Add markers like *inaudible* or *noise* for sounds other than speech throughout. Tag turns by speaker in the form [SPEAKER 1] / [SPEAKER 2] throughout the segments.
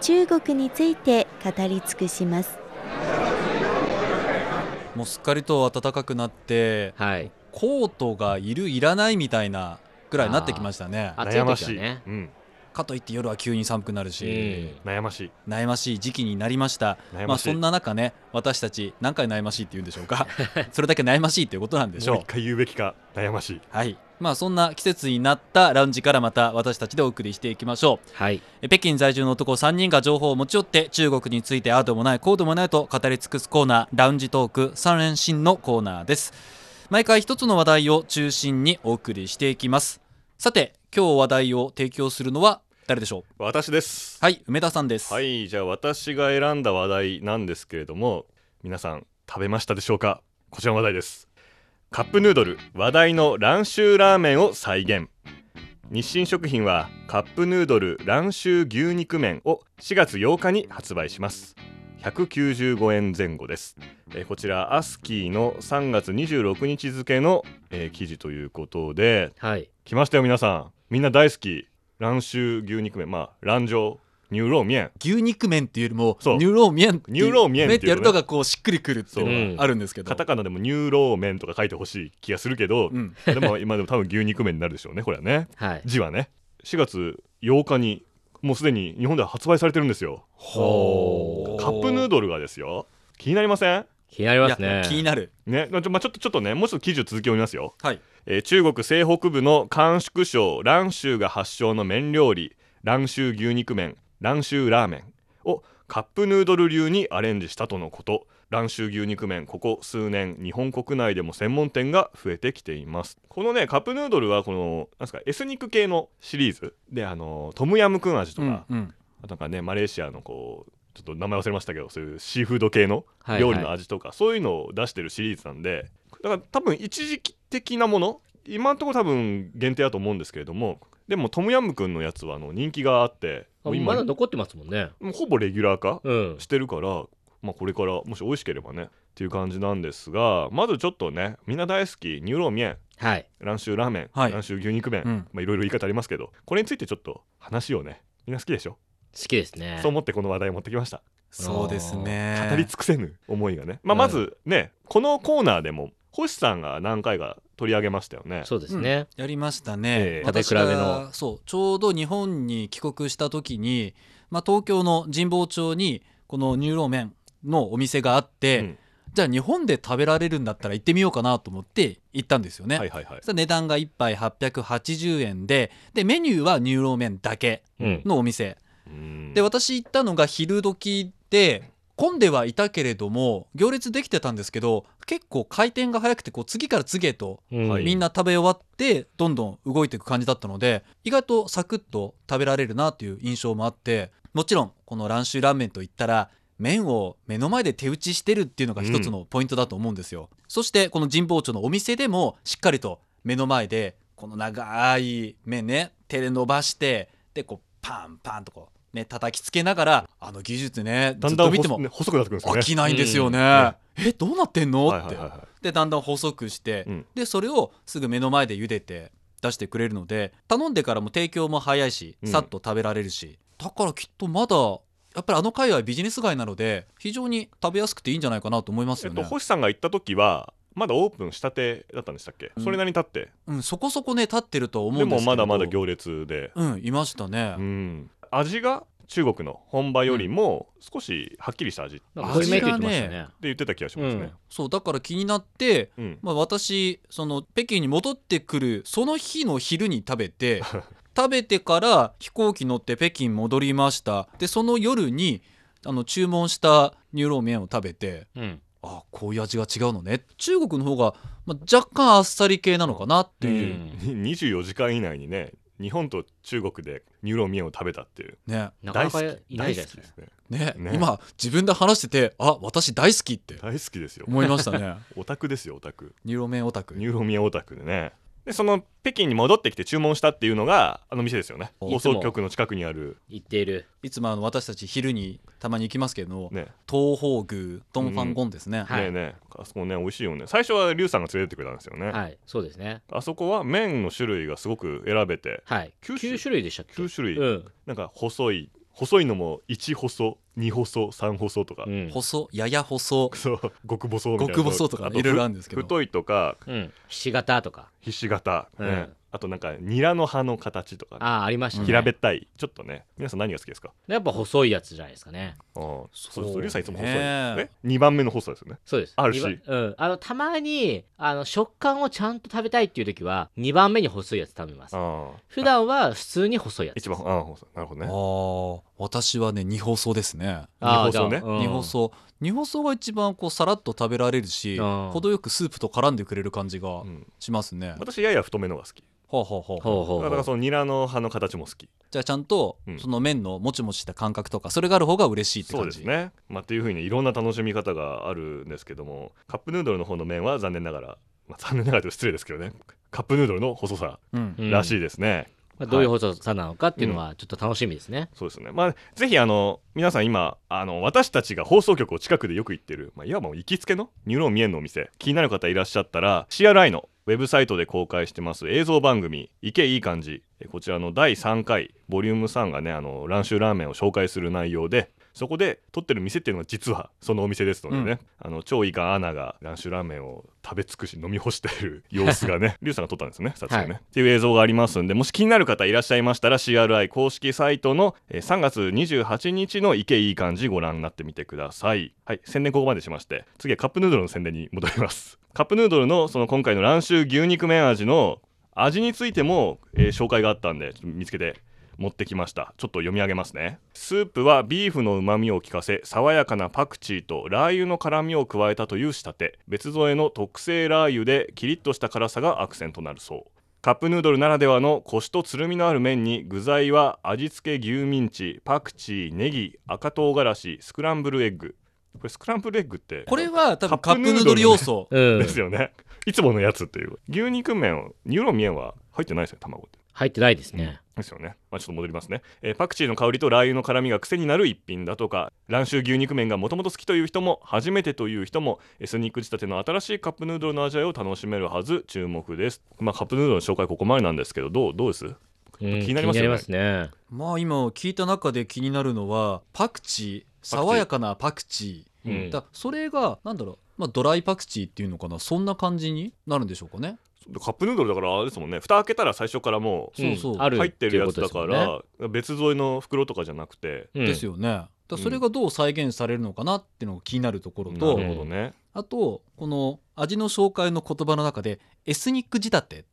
[SPEAKER 1] 中国について語り尽くします。
[SPEAKER 2] もうすっかりと暖かくなって
[SPEAKER 3] はい。
[SPEAKER 2] コートがいるいらないみたいなぐらいになってきましたね
[SPEAKER 3] あ暑い時
[SPEAKER 4] 悩ましい、
[SPEAKER 3] はね
[SPEAKER 4] うん、
[SPEAKER 2] かといって夜は急に寒くなるし、
[SPEAKER 4] 悩ましい
[SPEAKER 2] 悩ましい時期になりました
[SPEAKER 4] 悩
[SPEAKER 2] まあ
[SPEAKER 4] まし
[SPEAKER 2] そ
[SPEAKER 4] い、
[SPEAKER 2] んな中ね私たち何回悩ましいって言うんでしょうかそれだけ悩ましいということなんでし
[SPEAKER 4] もう
[SPEAKER 2] ょ
[SPEAKER 4] 一
[SPEAKER 2] う
[SPEAKER 4] 回言うべきか悩ましい
[SPEAKER 2] はいまあそんな季節になったラウンジからまた私たちでお送りしていきましょう
[SPEAKER 3] はい。
[SPEAKER 2] え北京在住の男3人が情報を持ち寄って中国についてああでもないこうでもないと語り尽くすコーナーラウンジトーク3連新のコーナーです毎回一つの話題を中心にお送りしていきますさて今日話題を提供するのは誰でしょう
[SPEAKER 4] 私です
[SPEAKER 2] はい梅田さんです、
[SPEAKER 4] はいじゃあ私が選んだ話題なんですけれども皆さん食べましたでしょうかこちらの話題ですカップヌードル話題の蘭州ラーメンを再現日清食品はカップヌードル蘭州牛肉麺を4月8日に発売します195円前後ですえーこちらアスキーの3月26日付の、えー記事ということで
[SPEAKER 3] はい。
[SPEAKER 4] 来ましたよ皆さんみんな大好き蘭州牛肉麺まあ蘭州牛肉麺
[SPEAKER 2] 牛肉麺っていうよりも
[SPEAKER 4] そう
[SPEAKER 2] ニューローミエンっていう
[SPEAKER 4] ニューローミエン
[SPEAKER 2] 麺
[SPEAKER 4] っ
[SPEAKER 2] ってて
[SPEAKER 4] い
[SPEAKER 2] や
[SPEAKER 4] うのね
[SPEAKER 2] るとがこうしっくりくるっていうの
[SPEAKER 3] そう
[SPEAKER 2] があるんですけど
[SPEAKER 4] カタカナでも「ニューローメン」とか書いてほしい気がするけど
[SPEAKER 2] う、ん、
[SPEAKER 4] でも今でも多分牛肉麺になるでしょうねこれはね
[SPEAKER 3] はい。
[SPEAKER 4] 字はね4月8日にもうすでに日本では発売されてるんですよ
[SPEAKER 3] ほ
[SPEAKER 4] カップヌー
[SPEAKER 2] ド
[SPEAKER 4] ドルがですよ気になりません
[SPEAKER 3] 気になりますね。
[SPEAKER 2] 気になる
[SPEAKER 4] ね、まあちょまあちょっとちょっとねもうちょっと記事を続きを読みますよ
[SPEAKER 2] はい
[SPEAKER 4] えー中国西北部の甘粛省蘭州が発祥の麺料理蘭州牛肉麺蘭州ラーメンをカップヌードル流にアレンジしたとのこと蘭州牛肉麺ここ数年日本国内でも専門店が増えてきていますこのねカップヌードルはこのなんすかエスニック系のシリーズであのトムヤムクン味とか、
[SPEAKER 2] うんうん
[SPEAKER 4] あとなんかねマレーシアのこうちょっと名前忘れましたけどそういうシーフード系の
[SPEAKER 3] はい
[SPEAKER 4] 料理の味とか、そういうのを出してるシリーズなんでだから多分一時期的なもの今のところ多分限定だと思うんですけれどもでもトムヤムくんのやつはあの人気があってもう
[SPEAKER 3] あま
[SPEAKER 4] 今
[SPEAKER 3] だ残ってますもんね。
[SPEAKER 4] もうほぼレギュラー化
[SPEAKER 3] うん
[SPEAKER 4] し。てるから、まあ、これからもし美味しければねっていう感じなんですがまずちょっとねみんな大好きニューローミエン
[SPEAKER 3] はい。
[SPEAKER 4] 蘭州ラーメン、
[SPEAKER 2] はい
[SPEAKER 4] 蘭州牛肉麺、
[SPEAKER 2] うん
[SPEAKER 4] まあ、いろいろ言い方ありますけどこれについてちょっと話をねみんな好きでしょ
[SPEAKER 3] 好きですね
[SPEAKER 4] そう。思ってこの話題持ってきました
[SPEAKER 2] そうですね
[SPEAKER 4] 語り尽くせぬ思いがね、まあ、まずねこのコーナーでも星さんが何回か取り上げましたよね
[SPEAKER 3] そうですね。
[SPEAKER 2] やりましたね、
[SPEAKER 4] ええ
[SPEAKER 2] 私
[SPEAKER 3] 食べ比べ
[SPEAKER 2] が
[SPEAKER 3] の
[SPEAKER 2] そうちょうど日本に帰国した時に、まあ、東京の神保町にこのニューローメンのお店があって、
[SPEAKER 4] うん
[SPEAKER 2] じゃあ日本で食べられるんだったら行ってみようかなと思って行ったんですよね、
[SPEAKER 4] はいはいはい
[SPEAKER 2] そしたら値段が1杯880円ででメニューはニューローメンだけ
[SPEAKER 3] うん。
[SPEAKER 2] のお店、
[SPEAKER 4] うん
[SPEAKER 2] で私行ったのが昼時で混んではいたけれども行列できてたんですけど結構回転が早くてこう次から次へと
[SPEAKER 3] うん
[SPEAKER 4] はい
[SPEAKER 2] みんな食べ終わってどんどん動いていく感じだったので意外とサクッと食べられるなという印象もあってもちろんこの蘭州ラーメンといったら麺を目の前で手打ちしてるっていうのが一つのポイントだと思うんですよ、そしてこの神保町のお店でもしっかりと目の前でこの長い麺ね手で伸ばしてでこうパンパンとこうね叩きつけながらあの技術ね
[SPEAKER 4] だ
[SPEAKER 2] ず
[SPEAKER 4] ん
[SPEAKER 2] っ
[SPEAKER 4] だん
[SPEAKER 2] と
[SPEAKER 4] 細
[SPEAKER 2] 見ても
[SPEAKER 4] くね細くなってくるんですよ
[SPEAKER 2] 飽
[SPEAKER 4] ね
[SPEAKER 2] きないんですよね、えどうなってんのって、
[SPEAKER 4] はいはいはいは
[SPEAKER 2] でだんだん細くして、
[SPEAKER 4] うん
[SPEAKER 2] でそれをすぐ目の前で茹でて出してくれるので頼んでからも提供も早いし
[SPEAKER 4] うん
[SPEAKER 2] さっと食べられるし、だからきっとまだやっぱりあの界隈ビジネス街なので非常に食べやすくていいんじゃないかなと思いま
[SPEAKER 4] い
[SPEAKER 2] す
[SPEAKER 4] えっ
[SPEAKER 2] よね、
[SPEAKER 4] と星さんが行った時はまだオープンしたてだったんでしたっけ、
[SPEAKER 2] うん
[SPEAKER 4] それなりに経って
[SPEAKER 2] うん、そこそこね立ってるとは思
[SPEAKER 4] で
[SPEAKER 2] うんです
[SPEAKER 4] も
[SPEAKER 2] けど
[SPEAKER 4] まだまだ行列で、
[SPEAKER 2] うんいましたね、
[SPEAKER 4] うん味が中国の本場よりも少しはっきりした味って
[SPEAKER 3] なんか濃いめって言ってました
[SPEAKER 2] 味
[SPEAKER 3] ね。
[SPEAKER 4] 言ってた気がしますね、
[SPEAKER 2] そうだから気になって
[SPEAKER 4] うん
[SPEAKER 2] まあ、私その北京に戻ってくるその日の昼に食べて食べてから飛行機乗って北京戻りましたでその夜にあの注文したニューローメンを食べて
[SPEAKER 3] うん。
[SPEAKER 2] あこういう味が違うのね中国の方が、まあ、若干あっさり系なのかなっていう、
[SPEAKER 3] ん
[SPEAKER 4] に24時間以内にね日本と中国でニューロンミエンを食べたっていう
[SPEAKER 2] ね
[SPEAKER 3] なかなか
[SPEAKER 4] 大
[SPEAKER 3] い
[SPEAKER 4] 好き
[SPEAKER 3] ないじゃないですか
[SPEAKER 4] 大好きで。すね
[SPEAKER 2] ね
[SPEAKER 4] ね
[SPEAKER 2] 今自分で話しててあ私大好きって
[SPEAKER 4] 大好きですよ
[SPEAKER 2] 思いましたね
[SPEAKER 4] オタクですよオタク
[SPEAKER 2] ニューロメンオタク
[SPEAKER 4] ニューロミアオタクでねでその北京に戻ってきて注文したっていうのがあの店ですよね
[SPEAKER 2] お
[SPEAKER 4] 放送局の近くにある
[SPEAKER 3] 言っている。
[SPEAKER 2] いつもあの私たち昼にたまに行きますけれども、
[SPEAKER 4] ね
[SPEAKER 2] 東方宮ドンファンゴンですね、
[SPEAKER 3] はい
[SPEAKER 4] ねえねえあそこね美味しいよね最初はリュウさんが連れてってくれたんですよね、
[SPEAKER 3] はい、そうですね。
[SPEAKER 4] あそこは麺の種類がすごく選べて
[SPEAKER 3] はい。
[SPEAKER 4] 九
[SPEAKER 3] 九
[SPEAKER 4] 種
[SPEAKER 3] 種類でしたっけ？
[SPEAKER 4] 九種類
[SPEAKER 3] うん。
[SPEAKER 4] なんか細い細いのも1細2細3細とか、
[SPEAKER 3] うん。
[SPEAKER 2] 細やや細
[SPEAKER 4] そう極細みたいな
[SPEAKER 2] 極細とかねいろいろあるんですけど
[SPEAKER 4] 太いとか
[SPEAKER 3] うん。ひし形とか。
[SPEAKER 4] ひし形、ね
[SPEAKER 3] うん
[SPEAKER 4] あとなんかニラの葉の形とか、ね、
[SPEAKER 3] ああ、ありましたね。
[SPEAKER 4] 平べったいちょっとね皆さん何が好きですか
[SPEAKER 3] やっぱ細いやつじゃないですかね。
[SPEAKER 4] あーそ
[SPEAKER 2] そうう
[SPEAKER 4] そうリュウさんいつも細い、
[SPEAKER 2] ね
[SPEAKER 4] ね、2番目の細さですよね
[SPEAKER 3] そうです。
[SPEAKER 4] あるし
[SPEAKER 3] 二番うん。あの、たまに、あの、食感をちゃんと食べたいっていう時は、2番目に細いやつ食べます。
[SPEAKER 4] ああ
[SPEAKER 3] 普段は普通に細いやつ。
[SPEAKER 4] 一番ああ細いなるほど
[SPEAKER 2] あ
[SPEAKER 4] ね
[SPEAKER 2] ー私はね二包装ですね
[SPEAKER 3] あー
[SPEAKER 4] 二包ね
[SPEAKER 3] じゃあうん
[SPEAKER 2] 二包装二包装が一番こうさらっと食べられるし
[SPEAKER 3] うん
[SPEAKER 2] 程よくスープと絡んでくれる感じが
[SPEAKER 4] うん
[SPEAKER 2] しますね、
[SPEAKER 4] 私やや太めのが好き
[SPEAKER 2] ほうほうほう
[SPEAKER 3] ほうほうほ
[SPEAKER 4] だから
[SPEAKER 3] う。
[SPEAKER 4] そのニラの葉の形も好き
[SPEAKER 2] じゃあちゃんと
[SPEAKER 4] うん
[SPEAKER 2] その麺のもちもちした感覚とかそれがある方が嬉しいって
[SPEAKER 4] そう
[SPEAKER 2] 感
[SPEAKER 4] で
[SPEAKER 2] じ
[SPEAKER 4] すねまあっていうふうにいろんな楽しみ方があるんですけどもカップヌードルの方の麺は残念ながら、まあ、残念ながらというと失礼ですけどねカップヌードルの細さ
[SPEAKER 2] うん
[SPEAKER 3] うん
[SPEAKER 4] らしいですね、
[SPEAKER 3] まあ、どういう細さなのかっていうのは、ちょっと楽しみですね。
[SPEAKER 4] そうですねまあぜひあの皆さん今あの私たちが放送局を近くでよく行ってる、まあ、いわば行きつけのニューロンミエンのお店気になる方いらっしゃったら CRI のウェブサイトで公開してます映像番組「行けいい感じ」えこちらの第3回ボリューム3がねあの蘭州ラーメンを紹介する内容でそこで撮ってる店っていうのは実はそのお店ですのでね、あの超いかアナが蘭州ラーメンを食べ尽くし飲み干している様子がねリュウさんが撮ったんですよね撮影ね、
[SPEAKER 3] は
[SPEAKER 4] っていう映像がありますんでもし気になる方いらっしゃいましたら CRI 公式サイトのえー3月28日の「いけいい感じ」ご覧になってみてくださいはい宣伝ここまでしまして次はカップヌードルの宣伝に戻ります *laughs* カップヌードルのその今回の蘭州牛肉麺味の味についても、えー紹介があったんでちょっと見つけて持ってきましたちょっと読み上げますねスープはビーフの旨味を効かせ爽やかなパクチーとラー油の辛みを加えたという仕立て別添えの特製ラー油でキリッとした辛さがアクセントになるそうカップヌードルならではのコシとつるみのある麺に具材は味付け牛ミンチパクチーネギ赤唐辛子スクランブルエッグこれスクランブルエッグって
[SPEAKER 2] これは多分
[SPEAKER 4] カ
[SPEAKER 2] カ
[SPEAKER 4] ップ
[SPEAKER 2] ッ
[SPEAKER 4] ヌ
[SPEAKER 2] プヌ
[SPEAKER 4] ードル
[SPEAKER 2] ードル要素
[SPEAKER 3] うん
[SPEAKER 4] で。すよね、 *laughs* いつものやつという牛肉麺ニューロンミエンは入ってないですよね卵って
[SPEAKER 3] 入ってないですね。
[SPEAKER 4] ですよね、まあ、ちょっと戻りますね、えーパクチーの香りとラー油の辛みが癖になる一品だとか蘭州牛肉麺がもともと好きという人も初めてという人もエスニック仕立ての新しいカップヌードルの味わいを楽しめるはず注目です、まあ、カップヌードルの紹介ここまでなんですけどどうどうです
[SPEAKER 3] うん
[SPEAKER 4] 気になりますよね
[SPEAKER 3] ね。
[SPEAKER 2] まあ今聞いた中で気になるのはパクチー爽やかなパクチ
[SPEAKER 3] う
[SPEAKER 2] ー
[SPEAKER 3] ん
[SPEAKER 2] だそれがなんだろう、まあ、ドライパクチーっていうのかなそんな感じになるんでしょうかね
[SPEAKER 4] カップヌードルだからあれですもんね蓋開けたら最初からもう
[SPEAKER 2] そうそう
[SPEAKER 3] ある
[SPEAKER 4] 入ってるやつだ
[SPEAKER 3] ってい
[SPEAKER 4] か
[SPEAKER 3] うことですもんね
[SPEAKER 4] ら、別添えの袋とかじゃなくて、
[SPEAKER 3] うん
[SPEAKER 2] ですよね。だからそれがどう再現されるのかなっていうのが気になるところ
[SPEAKER 4] な
[SPEAKER 2] と、
[SPEAKER 4] るほどね、
[SPEAKER 2] あとこの味の紹介の言葉の中でエスニック仕立
[SPEAKER 4] *laughs*
[SPEAKER 2] て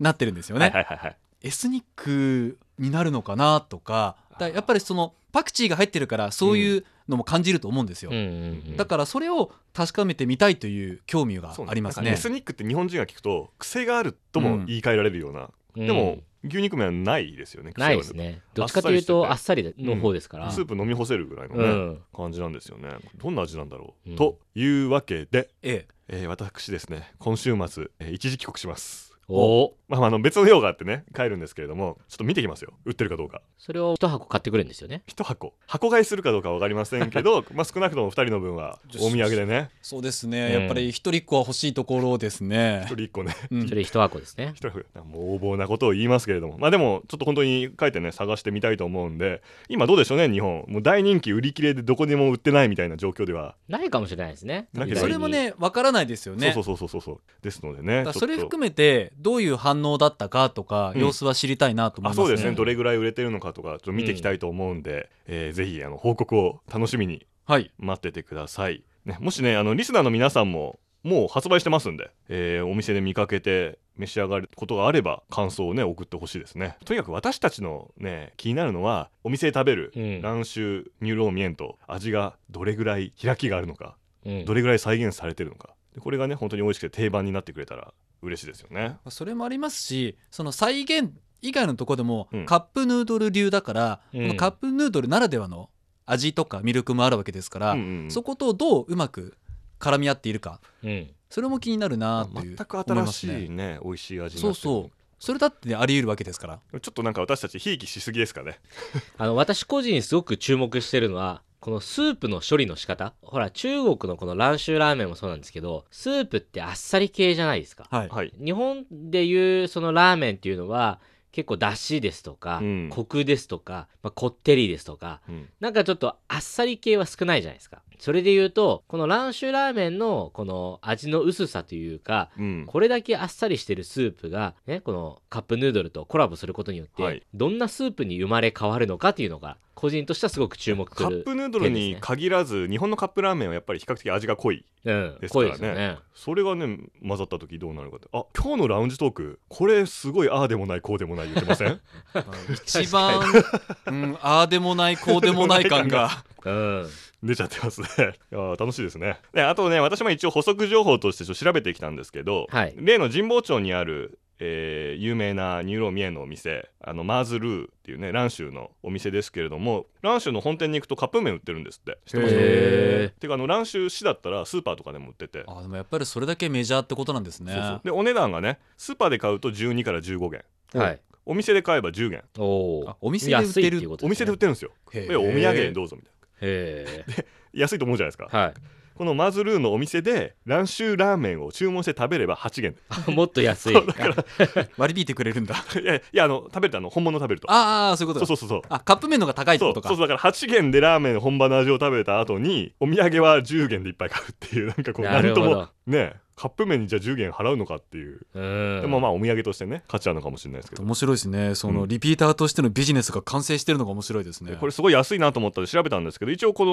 [SPEAKER 2] なってるんですよね。
[SPEAKER 4] はいはいはいはい
[SPEAKER 2] エスニックになるのかなとかだからやっぱりそのパクチーが入ってるからそういうのも感じると思うんですよ。
[SPEAKER 3] うんうんうん
[SPEAKER 2] だからそれを確かめてみたいという興味が
[SPEAKER 4] そう
[SPEAKER 2] あります
[SPEAKER 4] なん
[SPEAKER 2] ね
[SPEAKER 4] かエ。スニックって日本人が聞くと癖があるとも言い換えられるような、
[SPEAKER 3] うん
[SPEAKER 4] でも牛肉麺はないですよね癖は
[SPEAKER 3] ないですね。どっちかというと、
[SPEAKER 4] あ
[SPEAKER 3] あ
[SPEAKER 4] っ
[SPEAKER 3] っさりの方ですから。
[SPEAKER 4] スープ飲み干せるぐらいのね、
[SPEAKER 3] うん。
[SPEAKER 4] 感じなんですよねどんな味なんだろう、
[SPEAKER 3] うん
[SPEAKER 4] というわけで、
[SPEAKER 2] ええ
[SPEAKER 4] えー私ですね今週末、えー一時帰国します
[SPEAKER 3] おお。
[SPEAKER 4] まあ、まああの別の用があってね帰るんですけれどもちょっと見てきますよ売ってるかどうか
[SPEAKER 3] それを一箱買ってくるんですよね。
[SPEAKER 4] 一箱箱買いするかどうかは分かりませんけどまあ少なくとも2人の分はお土産でね
[SPEAKER 2] そうですね、
[SPEAKER 3] うん
[SPEAKER 2] やっぱり一人っ子は欲しいところですね
[SPEAKER 4] 一。人一個ね
[SPEAKER 2] うん
[SPEAKER 3] それ一箱ですね。
[SPEAKER 4] 一人もう横暴なことを言いますけれどもまあでもちょっと本当に書いてね探してみたいと思うんで今どうでしょうね日本もう大人気売り切れでどこにも売ってないみたいな状況では、
[SPEAKER 3] ないかもしれないですね。
[SPEAKER 4] なければいい
[SPEAKER 2] それもねわからないですよね。
[SPEAKER 4] そうそうそうそうそうですのでね
[SPEAKER 2] だからそれ
[SPEAKER 4] ちょっと
[SPEAKER 2] 含めてどういう反応だったかとか
[SPEAKER 4] うん
[SPEAKER 2] 様子は知りたいなと思いま
[SPEAKER 4] あ
[SPEAKER 2] す
[SPEAKER 4] そうですね
[SPEAKER 3] うん
[SPEAKER 4] どれぐらい売れてるのかとかちょっと見ていきたいと思うんで、えーぜひあの報告を楽しみに
[SPEAKER 2] はい
[SPEAKER 4] 待っててください、ね、もしねあのリスナーの皆さんももう発売してますんで、えーお店で見かけて召し上がることがあれば感想をね送ってほしいですねとにかく私たちのね気になるのはお店で食べる
[SPEAKER 3] うん
[SPEAKER 4] 蘭州ニューローミエンと味がどれぐらい開きがあるのか
[SPEAKER 3] うん
[SPEAKER 4] どれぐらい再現されてるのかでこれがね本当に美味しくて定番になってくれたら嬉しいですよね
[SPEAKER 2] それもありますしその再現以外のとこでも
[SPEAKER 4] うん
[SPEAKER 2] カップヌードル流だから、
[SPEAKER 3] うん
[SPEAKER 2] このカップヌードルならではの味とか魅力もあるわけですから、
[SPEAKER 4] うんうん
[SPEAKER 2] そことどううまく絡み合っているか
[SPEAKER 3] うん。
[SPEAKER 2] それも気になるなっていう
[SPEAKER 4] 全く新しい
[SPEAKER 2] 思
[SPEAKER 4] ね
[SPEAKER 2] いま
[SPEAKER 4] 美味しい味
[SPEAKER 2] すね
[SPEAKER 4] に
[SPEAKER 2] そ
[SPEAKER 4] な
[SPEAKER 2] う
[SPEAKER 4] って
[SPEAKER 2] そう
[SPEAKER 4] る
[SPEAKER 2] それだってねあり得るわけですから
[SPEAKER 4] ちょっとなんか私たちひいきしすぎですかね
[SPEAKER 3] あの、私個人すごく注目してるのは、このスープの処理の仕方。ほら、中国のこの蘭州ラーメンもそうなんですけど、スープってあっさり系じゃないですか。
[SPEAKER 2] はい、
[SPEAKER 4] はい
[SPEAKER 3] 日本でいうそのラーメンっていうのは、結構だしですとか、
[SPEAKER 4] うん
[SPEAKER 3] コクですとか、まあ、こってりですとか、
[SPEAKER 4] うん
[SPEAKER 3] なんかちょっとあっさり系は少ないじゃないですか。それで言うと、この蘭州ラーメンのこの味の薄さというか、
[SPEAKER 4] うん
[SPEAKER 3] これだけあっさりしてるスープが、ね、このカップヌードルとコラボすることによって、
[SPEAKER 4] はい
[SPEAKER 3] どんなスープに生まれ変わるのかっていうのが、個人としてはすごく注目す
[SPEAKER 4] カッ
[SPEAKER 3] る。
[SPEAKER 4] プヌードルに限らず、日本のカップラーメンはやっぱり比較的味が濃い
[SPEAKER 3] うん
[SPEAKER 4] で、すか
[SPEAKER 3] 濃
[SPEAKER 4] らね
[SPEAKER 3] いですよ
[SPEAKER 4] *laughs*
[SPEAKER 3] ね。
[SPEAKER 4] それがね混ざった時どうなるかってあ今日のラウンジトークこれすごいああでもないこうでもない言ってません
[SPEAKER 2] 一番、うん、ああでもないこうでもない感が
[SPEAKER 3] うん。
[SPEAKER 4] 出ちゃってますねいやー楽しいですねであとね私も一応補足情報としてちょっと調べてきたんですけど、
[SPEAKER 3] はい
[SPEAKER 4] 例の神保町にあるえー有名なニューローミエのお店あのマーズルーっていうね蘭州のお店ですけれども蘭州の本店に行くとカップ麺売ってるんですって知ってます
[SPEAKER 3] へ
[SPEAKER 4] てかあの蘭州市だったらスーパーとかでも売ってて
[SPEAKER 2] あでもやっぱりそれだけメジャーってことなんですね
[SPEAKER 4] そうそうでお値段がねスーパーで買うと12から15元
[SPEAKER 3] はい。
[SPEAKER 4] お店で買えば10元
[SPEAKER 3] お
[SPEAKER 2] あ
[SPEAKER 3] お。
[SPEAKER 2] お店で売ってる
[SPEAKER 3] 安いいうこと
[SPEAKER 4] お
[SPEAKER 3] す
[SPEAKER 4] 店
[SPEAKER 3] ね
[SPEAKER 4] で売ってるんですよ
[SPEAKER 2] へ
[SPEAKER 4] でお土産にどうぞみたい
[SPEAKER 3] へえ。
[SPEAKER 4] な安いと思うじゃないですか、
[SPEAKER 3] はい。
[SPEAKER 4] このマズルーのお店で蘭州ラーメンを注文して食べれば8元 *laughs*
[SPEAKER 3] あもっと安い。
[SPEAKER 2] 割り引いてくれるんだ
[SPEAKER 4] いやいやあの食べるとあの本物食べると
[SPEAKER 2] ああそういうこと
[SPEAKER 4] そう
[SPEAKER 2] か
[SPEAKER 4] そうそうそう
[SPEAKER 2] あカップ麺の方が高いって
[SPEAKER 4] そ
[SPEAKER 2] こ
[SPEAKER 4] う
[SPEAKER 2] とか
[SPEAKER 4] そうそうだから8元でラーメン本場の味を食べた後にお土産は10元でいっぱい買うっていう *laughs* なんかこう
[SPEAKER 3] な
[SPEAKER 4] なん
[SPEAKER 3] る
[SPEAKER 4] と
[SPEAKER 3] ほ
[SPEAKER 4] も
[SPEAKER 3] ど。
[SPEAKER 4] ねカップ麺にじゃあ10元払うのかっていう、
[SPEAKER 3] うん。
[SPEAKER 4] でもまあお土産としてね価値あるのかもしれないですけど、
[SPEAKER 2] 面白いですねその
[SPEAKER 4] うん
[SPEAKER 2] リピーターとしてのビジネスが完成してるのが面白いですね、
[SPEAKER 4] でこれすごい安いなと思ったんで調べたんですけど一応こ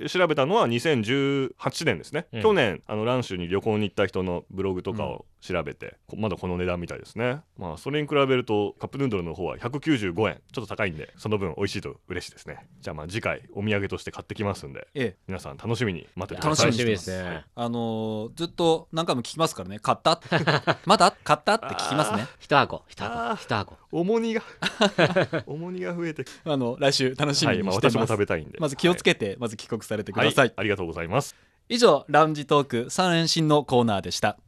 [SPEAKER 4] の調べたのは2018年ですね、
[SPEAKER 3] うん
[SPEAKER 4] 去年あの蘭州に旅行に行った人のブログとかを調べて、こまだこの値段みたいですねまあそれに比べるとカップヌードルの方は195円ちょっと高いんでその分美味しいと嬉しいですねじゃあまあ次回お土産として買ってきますんで
[SPEAKER 2] ええ
[SPEAKER 4] 皆さん楽しみに待っててくだ
[SPEAKER 3] 楽し
[SPEAKER 4] さい
[SPEAKER 3] みにしてますね。
[SPEAKER 2] あのーずっと何回も聞きますからね買った
[SPEAKER 4] *laughs*
[SPEAKER 2] まだ買ったって聞きますね
[SPEAKER 3] 一箱、一
[SPEAKER 4] あー
[SPEAKER 3] 箱、一箱。
[SPEAKER 2] *laughs*
[SPEAKER 4] 重荷が重荷が増えて
[SPEAKER 2] あの来週楽しみ
[SPEAKER 4] はい、
[SPEAKER 2] に
[SPEAKER 4] まあ、
[SPEAKER 2] してます、
[SPEAKER 4] 私も食べたいんで
[SPEAKER 2] まず気をつ
[SPEAKER 4] て
[SPEAKER 2] けて、まず帰国されてく
[SPEAKER 4] は
[SPEAKER 2] だ
[SPEAKER 4] い
[SPEAKER 2] さい、
[SPEAKER 4] ありがとうございます
[SPEAKER 2] 以上ラウンジトーク3連新のコーナーでした